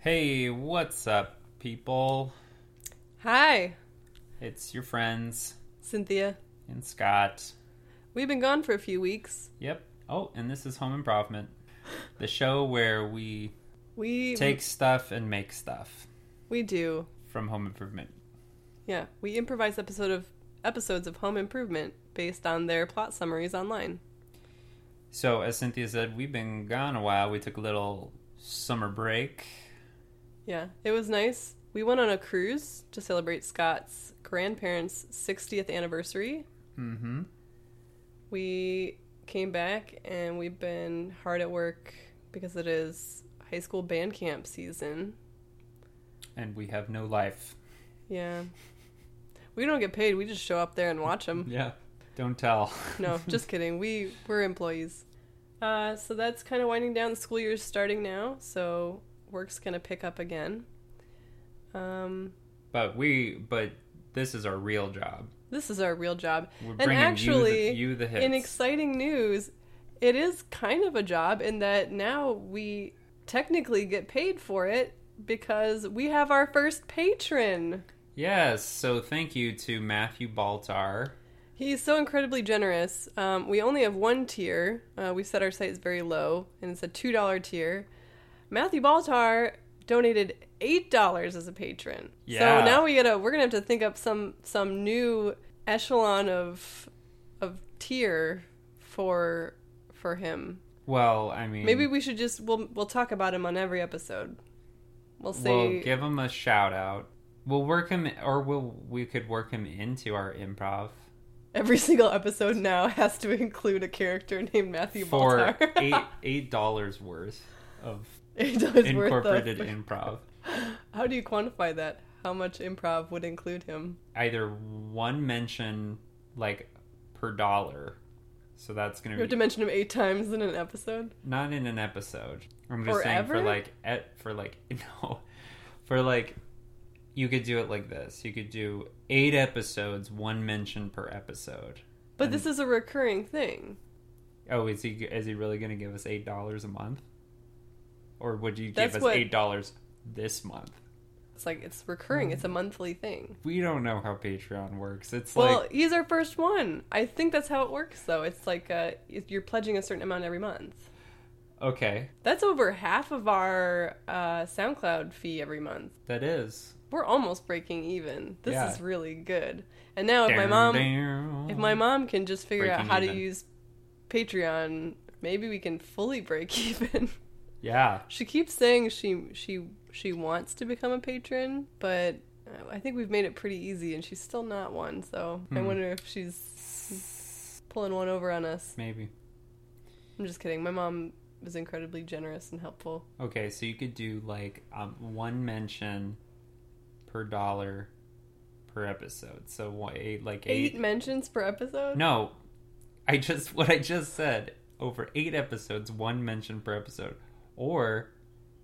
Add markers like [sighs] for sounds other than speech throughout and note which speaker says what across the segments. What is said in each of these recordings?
Speaker 1: Hey, what's up, people?
Speaker 2: Hi,
Speaker 1: It's your friends
Speaker 2: Cynthia.
Speaker 1: and Scott.
Speaker 2: We've been gone for a few weeks.
Speaker 1: Yep. Oh, and this is Home Improvement, the show where we
Speaker 2: We
Speaker 1: take stuff and make stuff
Speaker 2: we do.
Speaker 1: from home improvement.
Speaker 2: Yeah, we improvise episode of episodes of Home Improvement based on their plot summaries online.
Speaker 1: So, as Cynthia said, we've been gone a while. We took a little summer break.
Speaker 2: Yeah, it was nice. We went on a cruise to celebrate Scott's grandparents' 60th anniversary.
Speaker 1: Mm hmm.
Speaker 2: We came back and we've been hard at work because it is high school band camp season.
Speaker 1: And we have no life.
Speaker 2: Yeah. We don't get paid. We just show up there and watch them.
Speaker 1: Yeah. Don't tell.
Speaker 2: No, just kidding. We we're employees. Uh, so that's kind of winding down. The school year's starting now, so work's gonna pick up again. Um,
Speaker 1: But we, but this is our real job.
Speaker 2: this is our real job.
Speaker 1: We're
Speaker 2: And
Speaker 1: bringing
Speaker 2: actually,
Speaker 1: you, the, you the hits.
Speaker 2: In exciting news, it is kind of a job in that now we technically get paid for it because we have our first patron.
Speaker 1: yes. So, thank you to Matthew Baltar.
Speaker 2: He's so incredibly generous. Um, we only have one tier. Uh, we set our sights very low, and it's a $2 tier. Matthew Baltar donated $8 as a patron.
Speaker 1: Yeah.
Speaker 2: So now we gotta, we're going to have to think up some, some new echelon of, of tier for, for him.
Speaker 1: Well, I mean,
Speaker 2: Maybe we should just, we'll, we'll talk about him on every episode. We'll
Speaker 1: We'll
Speaker 2: see.
Speaker 1: give him a shout out. We'll work him, or we'll we could work him into our improv
Speaker 2: every [laughs] single episode now has to include a character named Matthew
Speaker 1: for
Speaker 2: Baltar.
Speaker 1: eight eight dollars worth of
Speaker 2: [laughs] Eight dollars worth of-
Speaker 1: incorporated improv.
Speaker 2: How do you quantify that? How much improv would include him?
Speaker 1: Either one mention like per dollar, so that's gonna
Speaker 2: You have
Speaker 1: be
Speaker 2: to mention him eight [laughs] times in an episode.
Speaker 1: not in an episode. I'm just saying
Speaker 2: Forever?
Speaker 1: for like et, for like [laughs] no, for like you could do it like this. You could do eight episodes, one mention per episode.
Speaker 2: But
Speaker 1: Mm.
Speaker 2: this is a recurring thing.
Speaker 1: Oh, is he is he really going to give us eight dollars a month, or would you
Speaker 2: That's
Speaker 1: give us
Speaker 2: what-
Speaker 1: eight dollars this month?
Speaker 2: It's like it's recurring. It's a monthly thing.
Speaker 1: We don't know how Patreon works. It's
Speaker 2: well,
Speaker 1: Mm. like
Speaker 2: he's our first one. I think that's how it works, though. It's like uh, you're pledging a certain amount every month.
Speaker 1: okay,
Speaker 2: That's over half of our uh, SoundCloud fee every month.
Speaker 1: that is.
Speaker 2: We're almost breaking even. This
Speaker 1: Yeah.
Speaker 2: is really good. And now, if my
Speaker 1: Down,
Speaker 2: mom,
Speaker 1: down.
Speaker 2: if my mom can just figure out
Speaker 1: Breaking
Speaker 2: how
Speaker 1: even.
Speaker 2: to use Patreon, maybe we can fully break [laughs] even.
Speaker 1: yeah,
Speaker 2: She keeps saying she she she wants to become a patron, but uh, I think we've made it pretty easy, and she's still not one. So I
Speaker 1: Hmm.
Speaker 2: wonder if she's pulling one over on us.
Speaker 1: maybe
Speaker 2: I'm just kidding. My mom is incredibly generous and helpful.
Speaker 1: okay. So you could do like um, one mention per dollar per episode. So one- eight, like
Speaker 2: Eight, mentions per episode.
Speaker 1: No, I just [laughs] what I just said. Over eight episodes, one mention per episode, or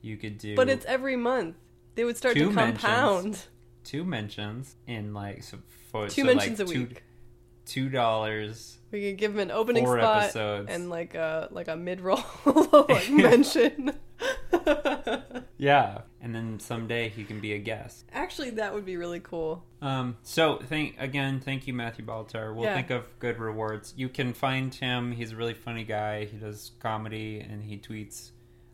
Speaker 1: you could do.
Speaker 2: but it's every month. They would start
Speaker 1: Two
Speaker 2: to
Speaker 1: mentions.
Speaker 2: compound.
Speaker 1: two mentions in like so for,
Speaker 2: [laughs] Two
Speaker 1: so,
Speaker 2: mentions
Speaker 1: like,
Speaker 2: a
Speaker 1: two-
Speaker 2: week.
Speaker 1: Two dollars,
Speaker 2: we could give them an opening
Speaker 1: four
Speaker 2: spot
Speaker 1: episodes.
Speaker 2: and like a like a
Speaker 1: [laughs]
Speaker 2: mid roll like [laughs] mention. [laughs]
Speaker 1: yeah, and then someday he can be a guest.
Speaker 2: Actually, that would be really cool.
Speaker 1: Um, so thank again, thank you, Matthew Baltar. We'll
Speaker 2: Yeah.
Speaker 1: think of good rewards. You can find him. He's a really funny guy. He does comedy and he tweets.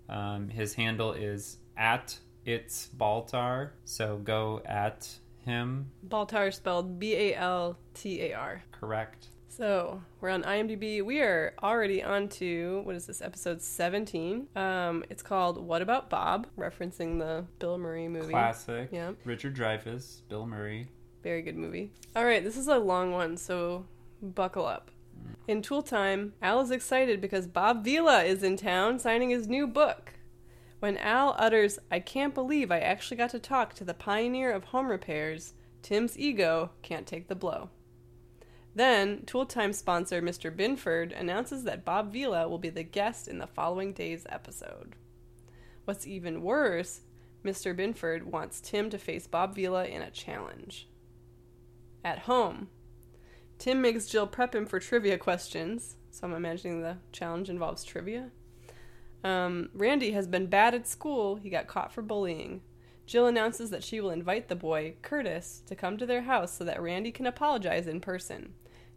Speaker 1: Um, his handle is at it's Baltar. So go at him.
Speaker 2: Baltar spelled B A L T A R.
Speaker 1: Correct.
Speaker 2: So we're on IMDb. We are already on to what is this episode seventeen? Um, it's called "What About Bob," referencing the Bill Murray movie.
Speaker 1: Classic.
Speaker 2: Yeah.
Speaker 1: Richard Dreyfuss, Bill Murray.
Speaker 2: Very good movie. All right, this is a long one, so buckle up. In Tool Time, Al is excited because Bob Vila is in town signing his new book. When Al utters, I can't believe I actually got to talk to the pioneer of home repairs, Tim's ego can't take the blow. Then, Tool Time sponsor Mr. Binford announces that Bob Vila will be the guest in the following day's episode. What's even worse, Mr. Binford wants Tim to face Bob Vila in a challenge. At home, Tim makes Jill prep him for trivia questions, so I'm imagining the challenge involves trivia. Um, Randy has been bad at school. He got caught for bullying. Jill announces that she will invite the boy, Curtis, to come to their house so that Randy can apologize in person.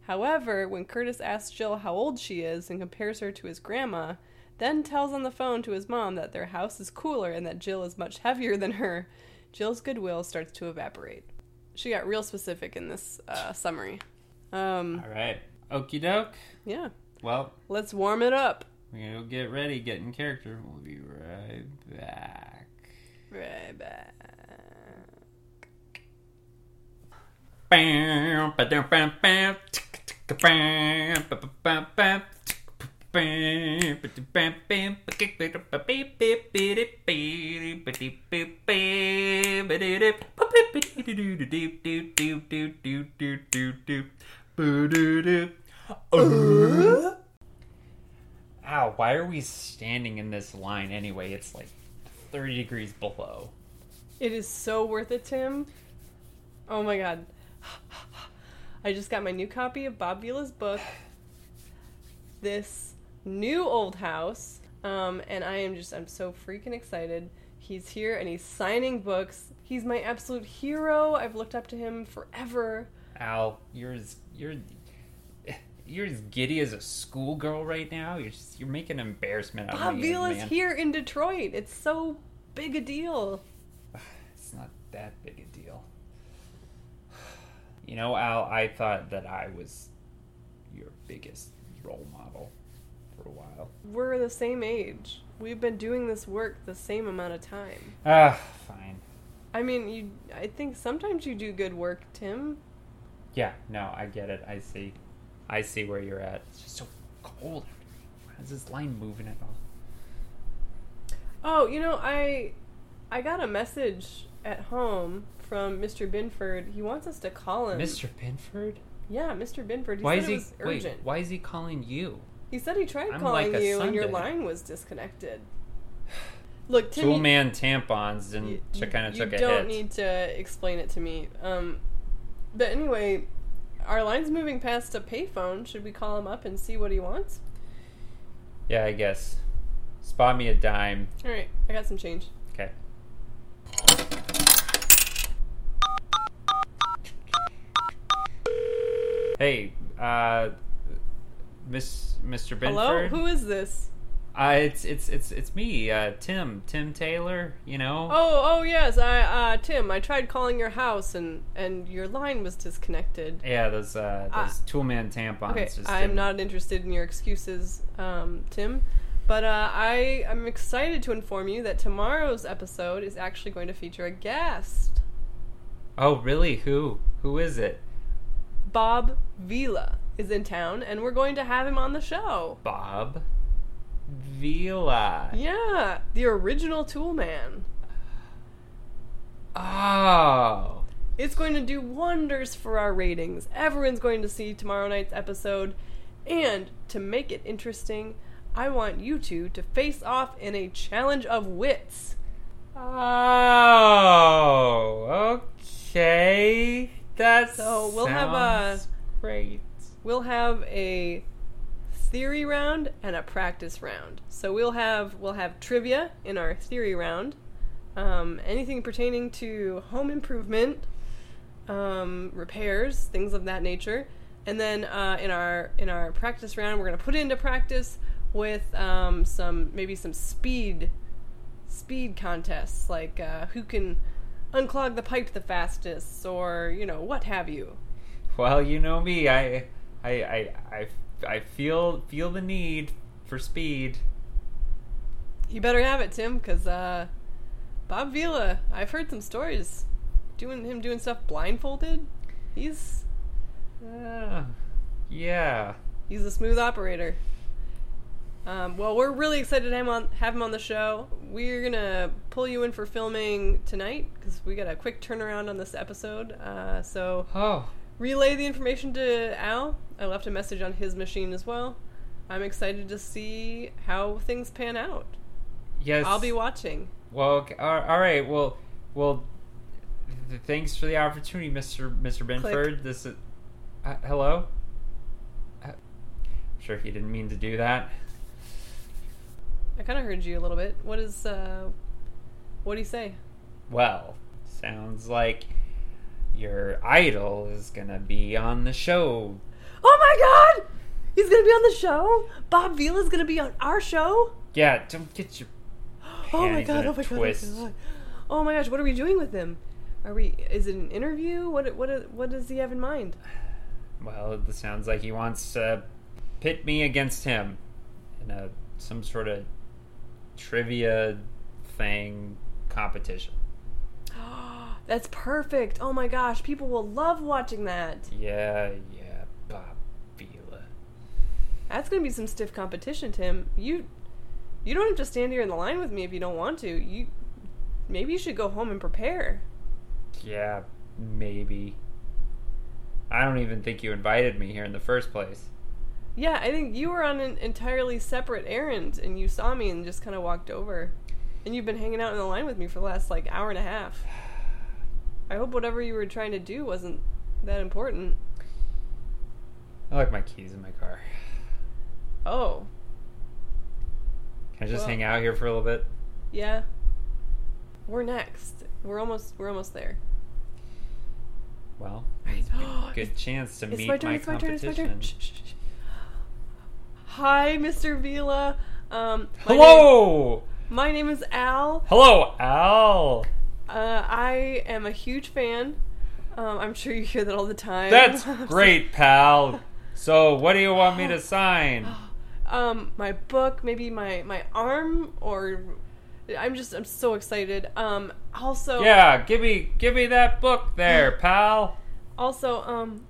Speaker 2: However, when Curtis asks Jill how old she is and compares her to his grandma, then tells on the phone to his mom that their house is cooler and that Jill is much heavier than her, Jill's goodwill starts to evaporate. She got real specific in this uh, summary. Um,
Speaker 1: All right. Okie doke.
Speaker 2: yeah,
Speaker 1: Well,
Speaker 2: let's warm it up.
Speaker 1: we're going to go get ready, get in character. We'll be right back.
Speaker 2: Right back.
Speaker 1: Bam, ba-dum, bam, bam, tick, tick, bam, ba-ba-bam, bam, tick, bam, ba-dum, bam, bam, ba-kick, ba-dum, ba-beep, beep, beep, beep, ba-deep, beep, beep, ba-dee-dee, ba-beep, ba-dee-dee-doo-doo, doo, doo, doo, doo, doo, doo, doo, boo-doo-doo. Uh. Ow, why are we standing in this line anyway? It's like 30 degrees below.
Speaker 2: It is so worth it, Tim. Oh my god. [sighs] I just got my new copy of Bob Vila's book, this new old house, um, and I am just, I'm so freaking excited. He's here and he's signing books. He's my absolute hero. I've looked up to him forever.
Speaker 1: Al, you're as you're you're as giddy as a schoolgirl right now. You're just, you're making an embarrassment out of
Speaker 2: Bob
Speaker 1: me,
Speaker 2: Vila's
Speaker 1: Oh, man.
Speaker 2: here in Detroit. It's so big a deal.
Speaker 1: It's not that big a deal. You know, Al, I thought that I was your biggest role model for a while.
Speaker 2: We're the same age. We've been doing this work the same amount of time.
Speaker 1: Ah, fine.
Speaker 2: I mean, you. I think sometimes you do good work, Tim.
Speaker 1: Yeah, no, I get it. I see. I see where you're at. It's just so cold. Why is this line moving at all?
Speaker 2: Oh, you know, I, I got a message at home from Mr. Binford. He wants us to call him.
Speaker 1: Mr. Pinford?
Speaker 2: Yeah, Mr. Binford. He
Speaker 1: Why is
Speaker 2: said it
Speaker 1: he
Speaker 2: was
Speaker 1: wait,
Speaker 2: urgent.
Speaker 1: why is he calling you?
Speaker 2: He said he tried
Speaker 1: I'm
Speaker 2: calling
Speaker 1: like a
Speaker 2: you and your
Speaker 1: Sunday.
Speaker 2: line was disconnected. [sighs] Look, Tim.
Speaker 1: Tool
Speaker 2: you-
Speaker 1: man tampons and
Speaker 2: you-
Speaker 1: she kind of
Speaker 2: you
Speaker 1: took a hit.
Speaker 2: don't need to explain it to me. Um, but anyway, our line's moving past a payphone. Should we call him up and see what he wants?
Speaker 1: Yeah, I guess. Spot me a dime.
Speaker 2: All right, I got some change.
Speaker 1: Okay. Hey, uh, Miss Mr. Benford.
Speaker 2: Hello, who is this?
Speaker 1: Uh, it's it's it's it's me, uh, Tim Tim Taylor. You know.
Speaker 2: Oh, oh yes, I uh Tim, I tried calling your house and and your line was disconnected.
Speaker 1: Yeah, those uh,
Speaker 2: I-
Speaker 1: those tool man tampons.
Speaker 2: Okay,
Speaker 1: just
Speaker 2: I'm
Speaker 1: didn't-
Speaker 2: not interested in your excuses, um, Tim. But uh, I am excited to inform you that tomorrow's episode is actually going to feature a guest,
Speaker 1: Oh really? Who who is it?
Speaker 2: Bob Vila is in town, and we're going to have him on the show.
Speaker 1: Bob Vila.
Speaker 2: Yeah, the original Tool Man.
Speaker 1: Oh.
Speaker 2: It's going to do wonders for our ratings. Everyone's going to see tomorrow night's episode. And to make it interesting, I want you two to face off in a challenge of wits.
Speaker 1: Oh, okay. That's
Speaker 2: So we'll have a-
Speaker 1: great.
Speaker 2: We'll have a theory round and a practice round. So we'll have we'll have trivia in our theory round. Um, anything pertaining to home improvement, um, repairs, things of that nature. And then uh, in our in our practice round, we're gonna put into practice with um, some maybe some speed speed contests, like uh, who can unclog the pipe the fastest, or you know what have you.
Speaker 1: Well, you know me. I, I, I, I, I feel feel the need for speed.
Speaker 2: You better have it, Tim, because uh, Bob Vila, I've heard some stories. Doing him doing stuff blindfolded. He's
Speaker 1: Uh, yeah.
Speaker 2: he's a smooth operator. Um, well, we're really excited to have him, on, have him on the show. We're gonna pull you in for filming tonight because we got a quick turnaround on this episode. Uh, so
Speaker 1: Oh,
Speaker 2: relay the information to Al. I left a message on his machine as well. I'm excited to see how things pan out.
Speaker 1: yes.
Speaker 2: I'll be watching.
Speaker 1: Well, okay. all, all right. Well, well. th- Thanks for the opportunity, Mister Mister Benford. This is. Uh, hello. Uh, I'm sure he didn't mean to do that.
Speaker 2: I I kind of heard you a little bit. What is, uh, what do you say?
Speaker 1: Well, sounds like your idol is gonna be on the show.
Speaker 2: Oh my god! He's gonna be on the show? Bob Vila's gonna be on our [gasps] show?
Speaker 1: Yeah, don't get your
Speaker 2: Oh my
Speaker 1: panties in
Speaker 2: god,
Speaker 1: a
Speaker 2: oh my god, oh my
Speaker 1: twist.
Speaker 2: god. Oh my gosh, what are we doing with him? Are we is it an interview? What what what does he have in mind? [gasps]
Speaker 1: Well, it sounds like he wants to pit me against him in a some sort of trivia thing competition.
Speaker 2: That's perfect. Oh my gosh, people will love watching that.
Speaker 1: Yeah, yeah, Bob Vila.
Speaker 2: That's going to be some stiff competition, Tim. You you don't have to stand here in the line with me if you don't want to. You maybe you should go home and prepare.
Speaker 1: Yeah, maybe. I don't even think you invited me here in the first place.
Speaker 2: Yeah, I think you were on an entirely separate errand and you saw me and just kind of walked over. And you've been hanging out in the line with me for the last like hour and a half. I hope whatever you were trying to do wasn't that important.
Speaker 1: I like my keys in my car.
Speaker 2: Oh,
Speaker 1: Can I just
Speaker 2: Well-
Speaker 1: hang out here for a little bit?
Speaker 2: yeah. We're next. We're almost we're almost there.
Speaker 1: Well,
Speaker 2: Right.
Speaker 1: good chance to
Speaker 2: [gasps] It's
Speaker 1: meet
Speaker 2: my turn,
Speaker 1: my
Speaker 2: it's my turn, it's my
Speaker 1: competition.
Speaker 2: turn. Shh, shh, shh. Hi, Mr. Vila. Um, my name-
Speaker 1: Hello!
Speaker 2: my name is Al.
Speaker 1: Hello,
Speaker 2: [laughs]
Speaker 1: Al!
Speaker 2: Uh, I am a huge fan. Um, I'm sure you hear that all the time. [laughs]
Speaker 1: That's great, pal. So, what do you want
Speaker 2: [gasps]
Speaker 1: me to sign?
Speaker 2: um, my book, maybe my my arm, or I'm just I'm so excited. Um, also,
Speaker 1: Yeah, give me give me that book
Speaker 2: [gasps]
Speaker 1: there, pal.
Speaker 2: Also, um,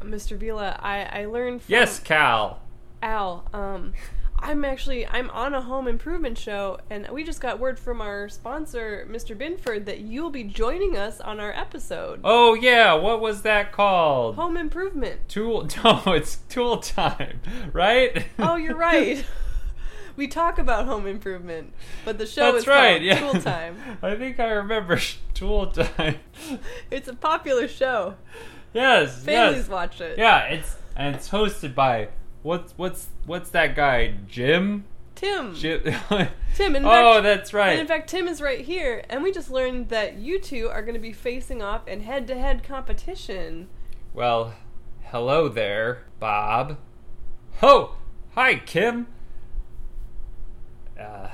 Speaker 2: Mr. Vila, I I learned from
Speaker 1: Yes, Cal.
Speaker 2: Al. Um, I'm actually I'm on a home improvement show, and we just got word from our sponsor, Mr. Binford, that you'll be joining us on our episode.
Speaker 1: Oh yeah, what was that called?
Speaker 2: Home improvement.
Speaker 1: Tool [laughs] No, it's tool time, right?
Speaker 2: Oh,
Speaker 1: [laughs]
Speaker 2: you're right. [laughs] we talk about home improvement, but the show
Speaker 1: That's
Speaker 2: is
Speaker 1: right.
Speaker 2: called
Speaker 1: yeah.
Speaker 2: Tool
Speaker 1: [laughs]
Speaker 2: Time.
Speaker 1: I think I remember [laughs] tool time. [laughs]
Speaker 2: It's a popular show.
Speaker 1: Yes,
Speaker 2: Families
Speaker 1: yes.
Speaker 2: watch it.
Speaker 1: Yeah, it's and it's hosted by what's what's what's that guy? Jim?
Speaker 2: Tim.
Speaker 1: Jim [laughs]
Speaker 2: Tim, in
Speaker 1: Oh,
Speaker 2: fact-
Speaker 1: that's right.
Speaker 2: And in fact, Tim is right here, and we just learned that you two are going to be facing off in head-to-head competition.
Speaker 1: Well, hello there, Bob. Ho! Hi, Kim! Uh,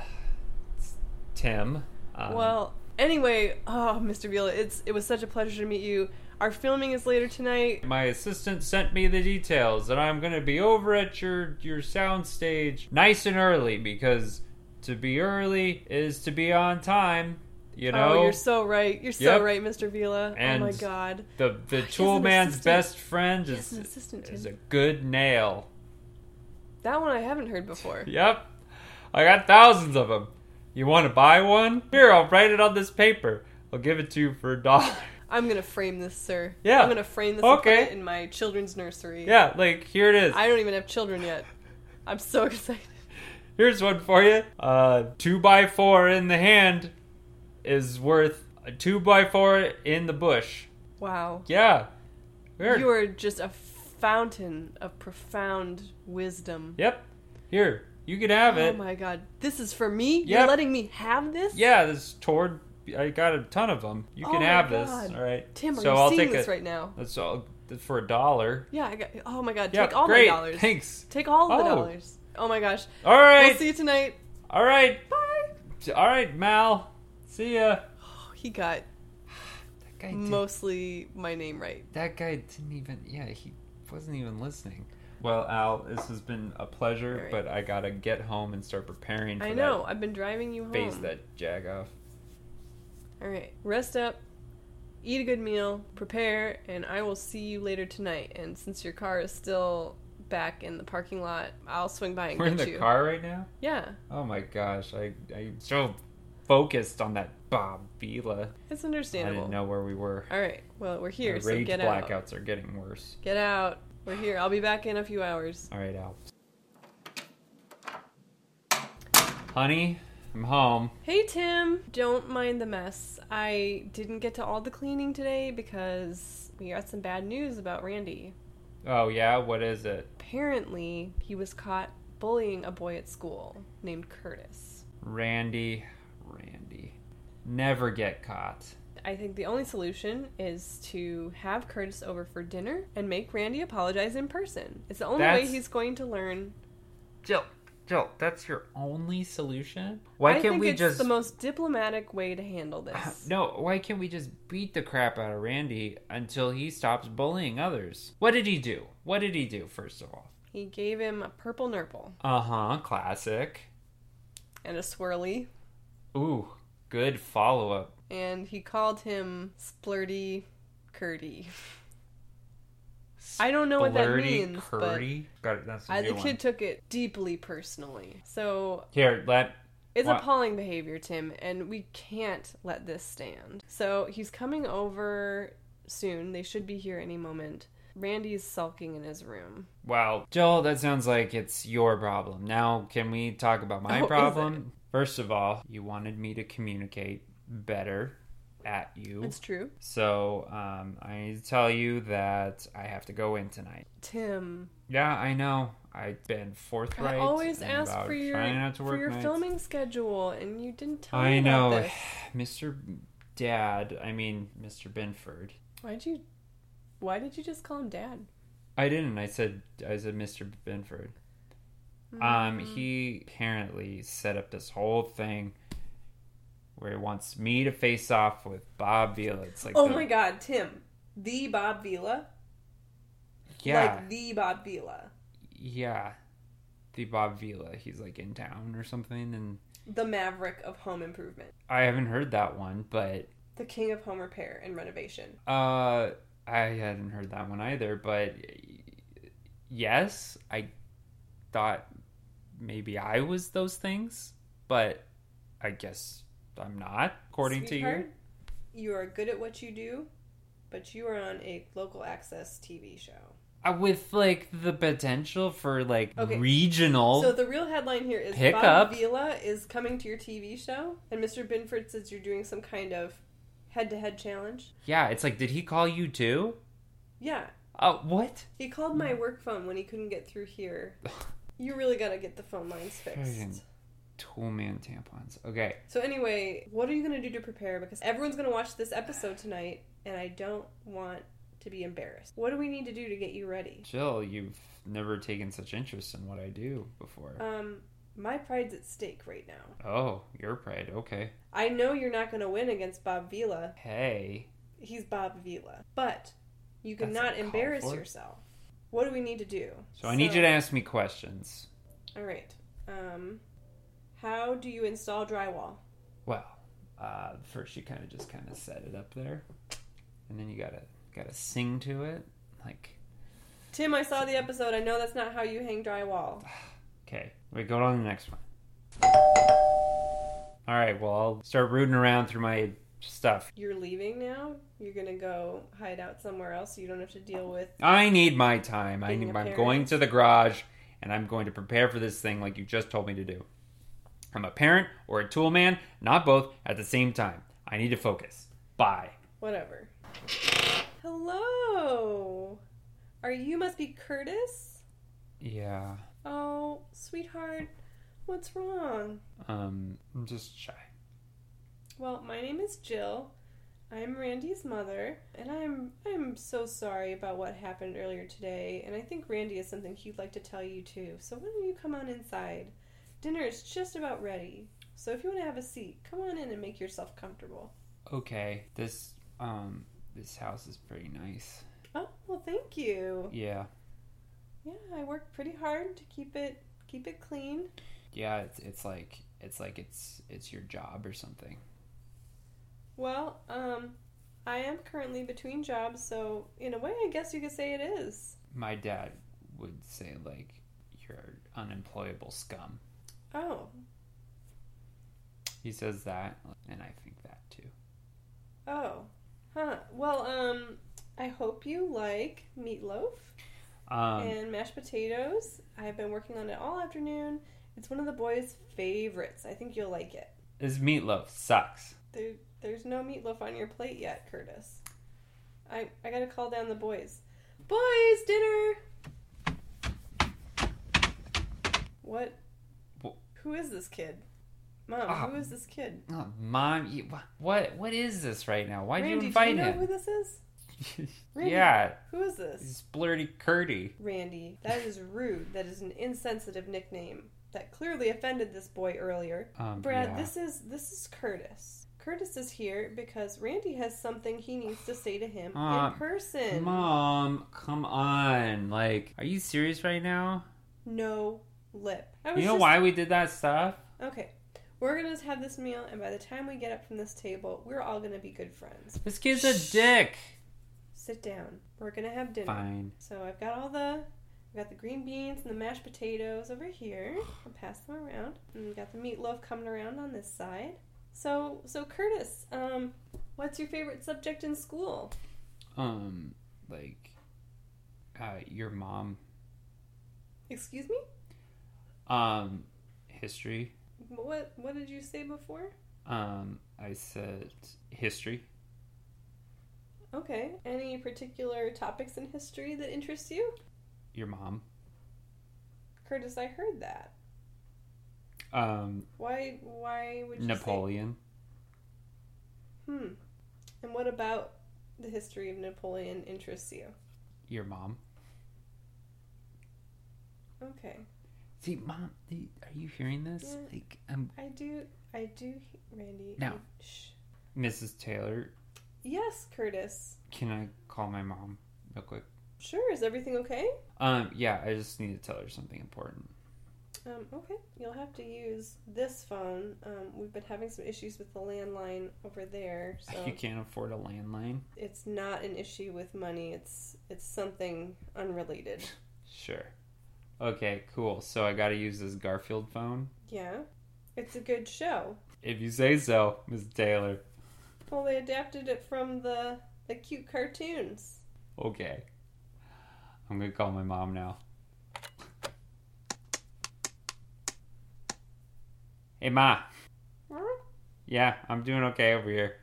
Speaker 1: it's Tim. Um,
Speaker 2: well, anyway, oh, Mr. Vila, it's it was such a pleasure to meet you. Our filming is later tonight.
Speaker 1: my assistant sent me the details, and I'm gonna be over at your, your soundstage nice and early because to be early is to be on time, you know?
Speaker 2: oh, you're so right. You're so
Speaker 1: Yep.
Speaker 2: right, Mr. Vila.
Speaker 1: And-
Speaker 2: oh my God.
Speaker 1: the the
Speaker 2: has
Speaker 1: tool
Speaker 2: an
Speaker 1: man's
Speaker 2: assistant.
Speaker 1: best friend
Speaker 2: He has
Speaker 1: is,
Speaker 2: an assistant, Tim.
Speaker 1: is a good nail.
Speaker 2: That one I haven't heard before.
Speaker 1: Yep. I got thousands of them. You want to buy one? Here, I'll write it on this paper. I'll give it to you for a dollar. [laughs]
Speaker 2: I'm gonna frame this, sir.
Speaker 1: Yeah.
Speaker 2: I'm gonna frame this and put
Speaker 1: Okay.
Speaker 2: it in my children's nursery.
Speaker 1: Yeah, like, here it is.
Speaker 2: I don't even have children yet. I'm so [laughs] excited.
Speaker 1: Here's one for you. Uh, two by four in the hand is worth a two by four in the bush.
Speaker 2: Wow.
Speaker 1: Yeah. Here.
Speaker 2: You are just a fountain of profound wisdom.
Speaker 1: Yep. Here, you can have
Speaker 2: Oh
Speaker 1: it.
Speaker 2: my god. This is for me?
Speaker 1: Yep.
Speaker 2: You're letting me have this?
Speaker 1: Yeah, this toward. I got a ton of them. You
Speaker 2: Oh
Speaker 1: can
Speaker 2: my
Speaker 1: have this.
Speaker 2: God.
Speaker 1: All right.
Speaker 2: Tim, are
Speaker 1: so
Speaker 2: you
Speaker 1: I'll
Speaker 2: seeing
Speaker 1: take
Speaker 2: this
Speaker 1: a,
Speaker 2: right now?
Speaker 1: That's all for a dollar.
Speaker 2: Yeah, I got oh my god,
Speaker 1: Yeah,
Speaker 2: take all
Speaker 1: great.
Speaker 2: my dollars.
Speaker 1: Thanks.
Speaker 2: Take all the
Speaker 1: Oh.
Speaker 2: dollars. Oh my gosh.
Speaker 1: All right.
Speaker 2: We'll see you tonight.
Speaker 1: All right.
Speaker 2: Bye.
Speaker 1: All right, Mal. See ya.
Speaker 2: Oh, He got
Speaker 1: That guy, did,
Speaker 2: mostly my name right.
Speaker 1: that guy didn't even. Yeah, he wasn't even listening. Well, Al, this has been a pleasure,
Speaker 2: All right.
Speaker 1: but I gotta get home and start preparing for
Speaker 2: I know. I've been driving you home.
Speaker 1: that face that jag off.
Speaker 2: All right. Rest up, eat a good meal, prepare, and I will see you later tonight. And since your car is still back in the parking lot, I'll swing by and
Speaker 1: We're in
Speaker 2: get
Speaker 1: the
Speaker 2: you.
Speaker 1: car right now.
Speaker 2: Yeah.
Speaker 1: Oh my gosh, I I'm so focused on that Bob Vila.
Speaker 2: It's
Speaker 1: I
Speaker 2: understandable.
Speaker 1: didn't know where we were.
Speaker 2: All right. Well, we're here,
Speaker 1: My
Speaker 2: so
Speaker 1: rage
Speaker 2: get
Speaker 1: blackouts
Speaker 2: out.
Speaker 1: are getting worse.
Speaker 2: Get out. We're here. I'll be back in a few hours.
Speaker 1: All right, Al. Honey, I'm home.
Speaker 2: Hey Tim, don't mind the mess. I didn't get to all the cleaning today because we got some bad news about Randy.
Speaker 1: Oh yeah, what is it?
Speaker 2: Apparently, he was caught bullying a boy at school named Curtis.
Speaker 1: Randy, Randy. Never get caught.
Speaker 2: I think the only solution is to have Curtis over for dinner and make Randy apologize in person. It's the only way
Speaker 1: That's-
Speaker 2: he's going to learn.
Speaker 1: Jill, Jill, that's your only solution? Why
Speaker 2: I
Speaker 1: can't
Speaker 2: think
Speaker 1: we
Speaker 2: it's
Speaker 1: just
Speaker 2: the most diplomatic way to handle this.
Speaker 1: [clears throat] [laughs] No, why can't we just beat the crap out of Randy until he stops bullying others? What did he do? What did he do first of all?
Speaker 2: He gave him a purple nurple
Speaker 1: Uh-huh, classic.
Speaker 2: and a swirly,
Speaker 1: Ooh, good follow-up.
Speaker 2: and he called him splurty curdy. I don't know what that means, but-
Speaker 1: Got it. That's a
Speaker 2: I,
Speaker 1: new
Speaker 2: the
Speaker 1: one.
Speaker 2: kid took it deeply personally. So
Speaker 1: Here, let
Speaker 2: It's
Speaker 1: Wow.
Speaker 2: appalling behavior, Tim, and we can't let this stand. So he's coming over soon. They should be here any moment. Randy's sulking in his room.
Speaker 1: Wow. Joel, that sounds like it's your problem. Now, can we talk about my
Speaker 2: Oh, is
Speaker 1: problem? First of all, you wanted me to communicate better at you.
Speaker 2: It's true.
Speaker 1: so, um, I need to tell you that I have to go in tonight.
Speaker 2: Tim,
Speaker 1: Yeah, I know. I've been forthright.
Speaker 2: I always
Speaker 1: and
Speaker 2: ask
Speaker 1: about
Speaker 2: for your
Speaker 1: trying not to
Speaker 2: for
Speaker 1: work
Speaker 2: your
Speaker 1: nights.
Speaker 2: filming schedule, and you didn't tell me
Speaker 1: I
Speaker 2: about
Speaker 1: know, [sighs]
Speaker 2: this.
Speaker 1: Mr. Dad. I mean, Mr. Benford.
Speaker 2: Why'd you? Why did you just call him Dad?
Speaker 1: I didn't. I said I said Mr. Benford.
Speaker 2: Mm-hmm.
Speaker 1: Um, he apparently set up this whole thing where he wants me to face off with Bob Vila. It's like,
Speaker 2: oh
Speaker 1: the-
Speaker 2: my God, Tim, the Bob Vila,
Speaker 1: yeah,
Speaker 2: like the Bob Vila,
Speaker 1: yeah, the Bob Vila. He's like in town or something, and
Speaker 2: the Maverick of Home Improvement,
Speaker 1: I haven't heard that one, but
Speaker 2: the King of Home Repair and Renovation.
Speaker 1: uh, I hadn't heard that one either. But yes, I thought maybe I was those things, but I guess I'm not, according to you.
Speaker 2: Sweetheart, you are good at what you do, but you are on a local access TV show.
Speaker 1: Uh, with like the potential for like
Speaker 2: Okay.
Speaker 1: regional
Speaker 2: So the real headline here is
Speaker 1: Pick
Speaker 2: Bob
Speaker 1: up.
Speaker 2: Vila is coming to your TV show, and Mr. Binford says you're doing some kind of head-to-head challenge.
Speaker 1: yeah it's like did he call you too
Speaker 2: Yeah,
Speaker 1: uh what
Speaker 2: he called my work phone when he couldn't get through here. You really gotta get the phone lines
Speaker 1: Friggin'
Speaker 2: fixed.
Speaker 1: tool man tampons okay
Speaker 2: So anyway, what are you gonna do to prepare? Because everyone's gonna watch this episode tonight, and I don't want to be embarrassed. What do we need to do to get you ready?
Speaker 1: jill you've never taken such interest in what i do before
Speaker 2: Um, my pride's at stake right now.
Speaker 1: oh your pride okay
Speaker 2: I know you're not going to win against Bob Vila.
Speaker 1: hey
Speaker 2: He's Bob Vila. But you
Speaker 1: That's
Speaker 2: cannot
Speaker 1: uncalled
Speaker 2: embarrass
Speaker 1: for.
Speaker 2: yourself. What do we need to do?
Speaker 1: so i need you to ask me questions
Speaker 2: All right. Um, how do you install drywall?
Speaker 1: well uh first you kind of just kind of set it up there and then you gotta gotta sing to it like
Speaker 2: Tim, I saw the episode. I know that's not how you hang drywall.
Speaker 1: Okay, we go on to the next one. All right, well, I'll start rooting around through my stuff.
Speaker 2: You're leaving now. You're going to go hide out somewhere else so you don't have to deal with.
Speaker 1: I need my time. I
Speaker 2: Being
Speaker 1: need,
Speaker 2: a
Speaker 1: I'm
Speaker 2: parent.
Speaker 1: going to the garage and I'm going to prepare for this thing like you just told me to do. I'm a parent or a tool man, not both at the same time. I need to focus. Bye.
Speaker 2: Whatever. Hello. Are you must be Curtis?
Speaker 1: Yeah,
Speaker 2: Oh, sweetheart, what's wrong?
Speaker 1: um, I'm just shy.
Speaker 2: Well, my name is Jill. I'm Randy's mother, and I'm I'm so sorry about what happened earlier today, and I think Randy has something he'd like to tell you too. So why don't you come on inside? Dinner is just about ready. So if you want to have a seat, come on in and make yourself comfortable.
Speaker 1: Okay, this, um, this house is pretty nice.
Speaker 2: Oh, well, thank you.
Speaker 1: Yeah,
Speaker 2: Yeah, I worked pretty hard to keep it keep it clean.
Speaker 1: yeah, it's, it's like, it's like it's, it's your job or something.
Speaker 2: Well, um, I am currently between jobs, so in a way, I guess you could say it is.
Speaker 1: my dad would say like you're unemployable scum
Speaker 2: Oh,
Speaker 1: he says that and i think that too
Speaker 2: oh, huh. Well, um, I hope you like meatloaf
Speaker 1: um,
Speaker 2: and mashed potatoes. I've been working on it all afternoon. It's one of the boys' favorites. I think you'll like it.
Speaker 1: this meatloaf sucks
Speaker 2: There, there's no meatloaf on your plate yet, Curtis. I, I gotta call down the boys. Boys, dinner! What?
Speaker 1: Wh-
Speaker 2: Who is this kid? Mom,
Speaker 1: Ah.
Speaker 2: who is this kid?
Speaker 1: Oh, Mom, you, wh- what what is this right now? Why'd
Speaker 2: Randy,
Speaker 1: you invite
Speaker 2: do you know who
Speaker 1: him?
Speaker 2: this is?
Speaker 1: [laughs]
Speaker 2: Randy?
Speaker 1: yeah,
Speaker 2: Who is this?
Speaker 1: he's Blurty Curdy.
Speaker 2: Randy, that is rude. That is an insensitive nickname that clearly offended this boy earlier.
Speaker 1: Um,
Speaker 2: Brad,
Speaker 1: yeah.
Speaker 2: this is this is Curtis. Curtis is here because Randy has something he needs to say to him
Speaker 1: Aw,
Speaker 2: in person.
Speaker 1: Mom, come on! Like, are you serious right now?
Speaker 2: No lip. I
Speaker 1: You know
Speaker 2: just-
Speaker 1: why we did that stuff?
Speaker 2: Okay. We're gonna have this meal, and by the time we get up from this table, we're all gonna be good friends.
Speaker 1: This kid's a dick.
Speaker 2: Sit down. We're gonna have dinner.
Speaker 1: Fine.
Speaker 2: So I've got all the I've got the green beans and the mashed potatoes over here. I'll pass them around. And we've got the meatloaf coming around on this side. So so Curtis, um, what's your favorite subject in school?
Speaker 1: Um, like, uh, your mom.
Speaker 2: Excuse me?
Speaker 1: Um, history.
Speaker 2: What what did you say before?
Speaker 1: Um, I said history.
Speaker 2: Okay. Any particular topics in history that interest you?
Speaker 1: Your mom.
Speaker 2: Curtis, I heard that.
Speaker 1: Um,
Speaker 2: Why why would you say
Speaker 1: Napoleon.
Speaker 2: Hmm. And what about the history of Napoleon interests you?
Speaker 1: Your mom.
Speaker 2: Okay.
Speaker 1: See, mom, do you- are you hearing this?
Speaker 2: Yeah.
Speaker 1: Like, um,
Speaker 2: I do I do he- Randy.
Speaker 1: No.
Speaker 2: you- Shh.
Speaker 1: Mrs. Taylor,
Speaker 2: Yes, Curtis.
Speaker 1: can I call my mom real quick?
Speaker 2: Sure, is everything okay?
Speaker 1: Um, yeah, I just need to tell her something important. [laughs]
Speaker 2: Um, okay. You'll have to use this phone. Um, we've been having some issues with the landline over there, so [laughs]
Speaker 1: You can't afford a landline?
Speaker 2: it's not an issue with money. It's it's something unrelated.
Speaker 1: Sure. Okay, cool. So I gotta use this Garfield phone?
Speaker 2: Yeah. It's a good show.
Speaker 1: If you say so, Mrs. Taylor.
Speaker 2: Well, they adapted it from the the cute [laughs] cartoons.
Speaker 1: Okay. I'm gonna call my mom now. Hey, Ma. Yeah, I'm doing okay over here.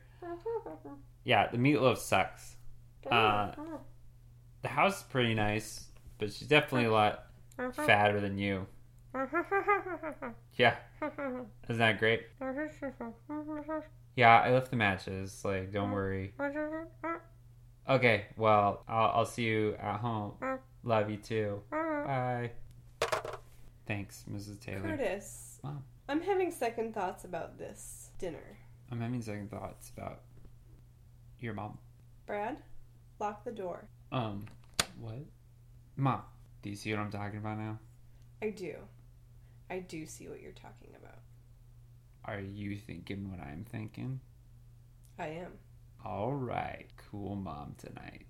Speaker 1: Yeah, the meatloaf sucks.
Speaker 2: [laughs]
Speaker 1: Uh, The house is pretty nice, but she's definitely a lot fatter than you. Yeah, isn't that great? Yeah, I left the matches. Like, don't worry. Okay, well, I'll, I'll see you at home. Love you too. Bye. Thanks, Mrs. Taylor.
Speaker 2: Curtis,
Speaker 1: Mom.
Speaker 2: I'm having second thoughts about this dinner.
Speaker 1: I'm having second thoughts about your mom.
Speaker 2: Brad, lock the door.
Speaker 1: Um, what? Mom, do you see what I'm talking about now?
Speaker 2: I do. I do see what you're talking about.
Speaker 1: Are you thinking what I'm thinking?
Speaker 2: I am.
Speaker 1: All right, cool mom tonight.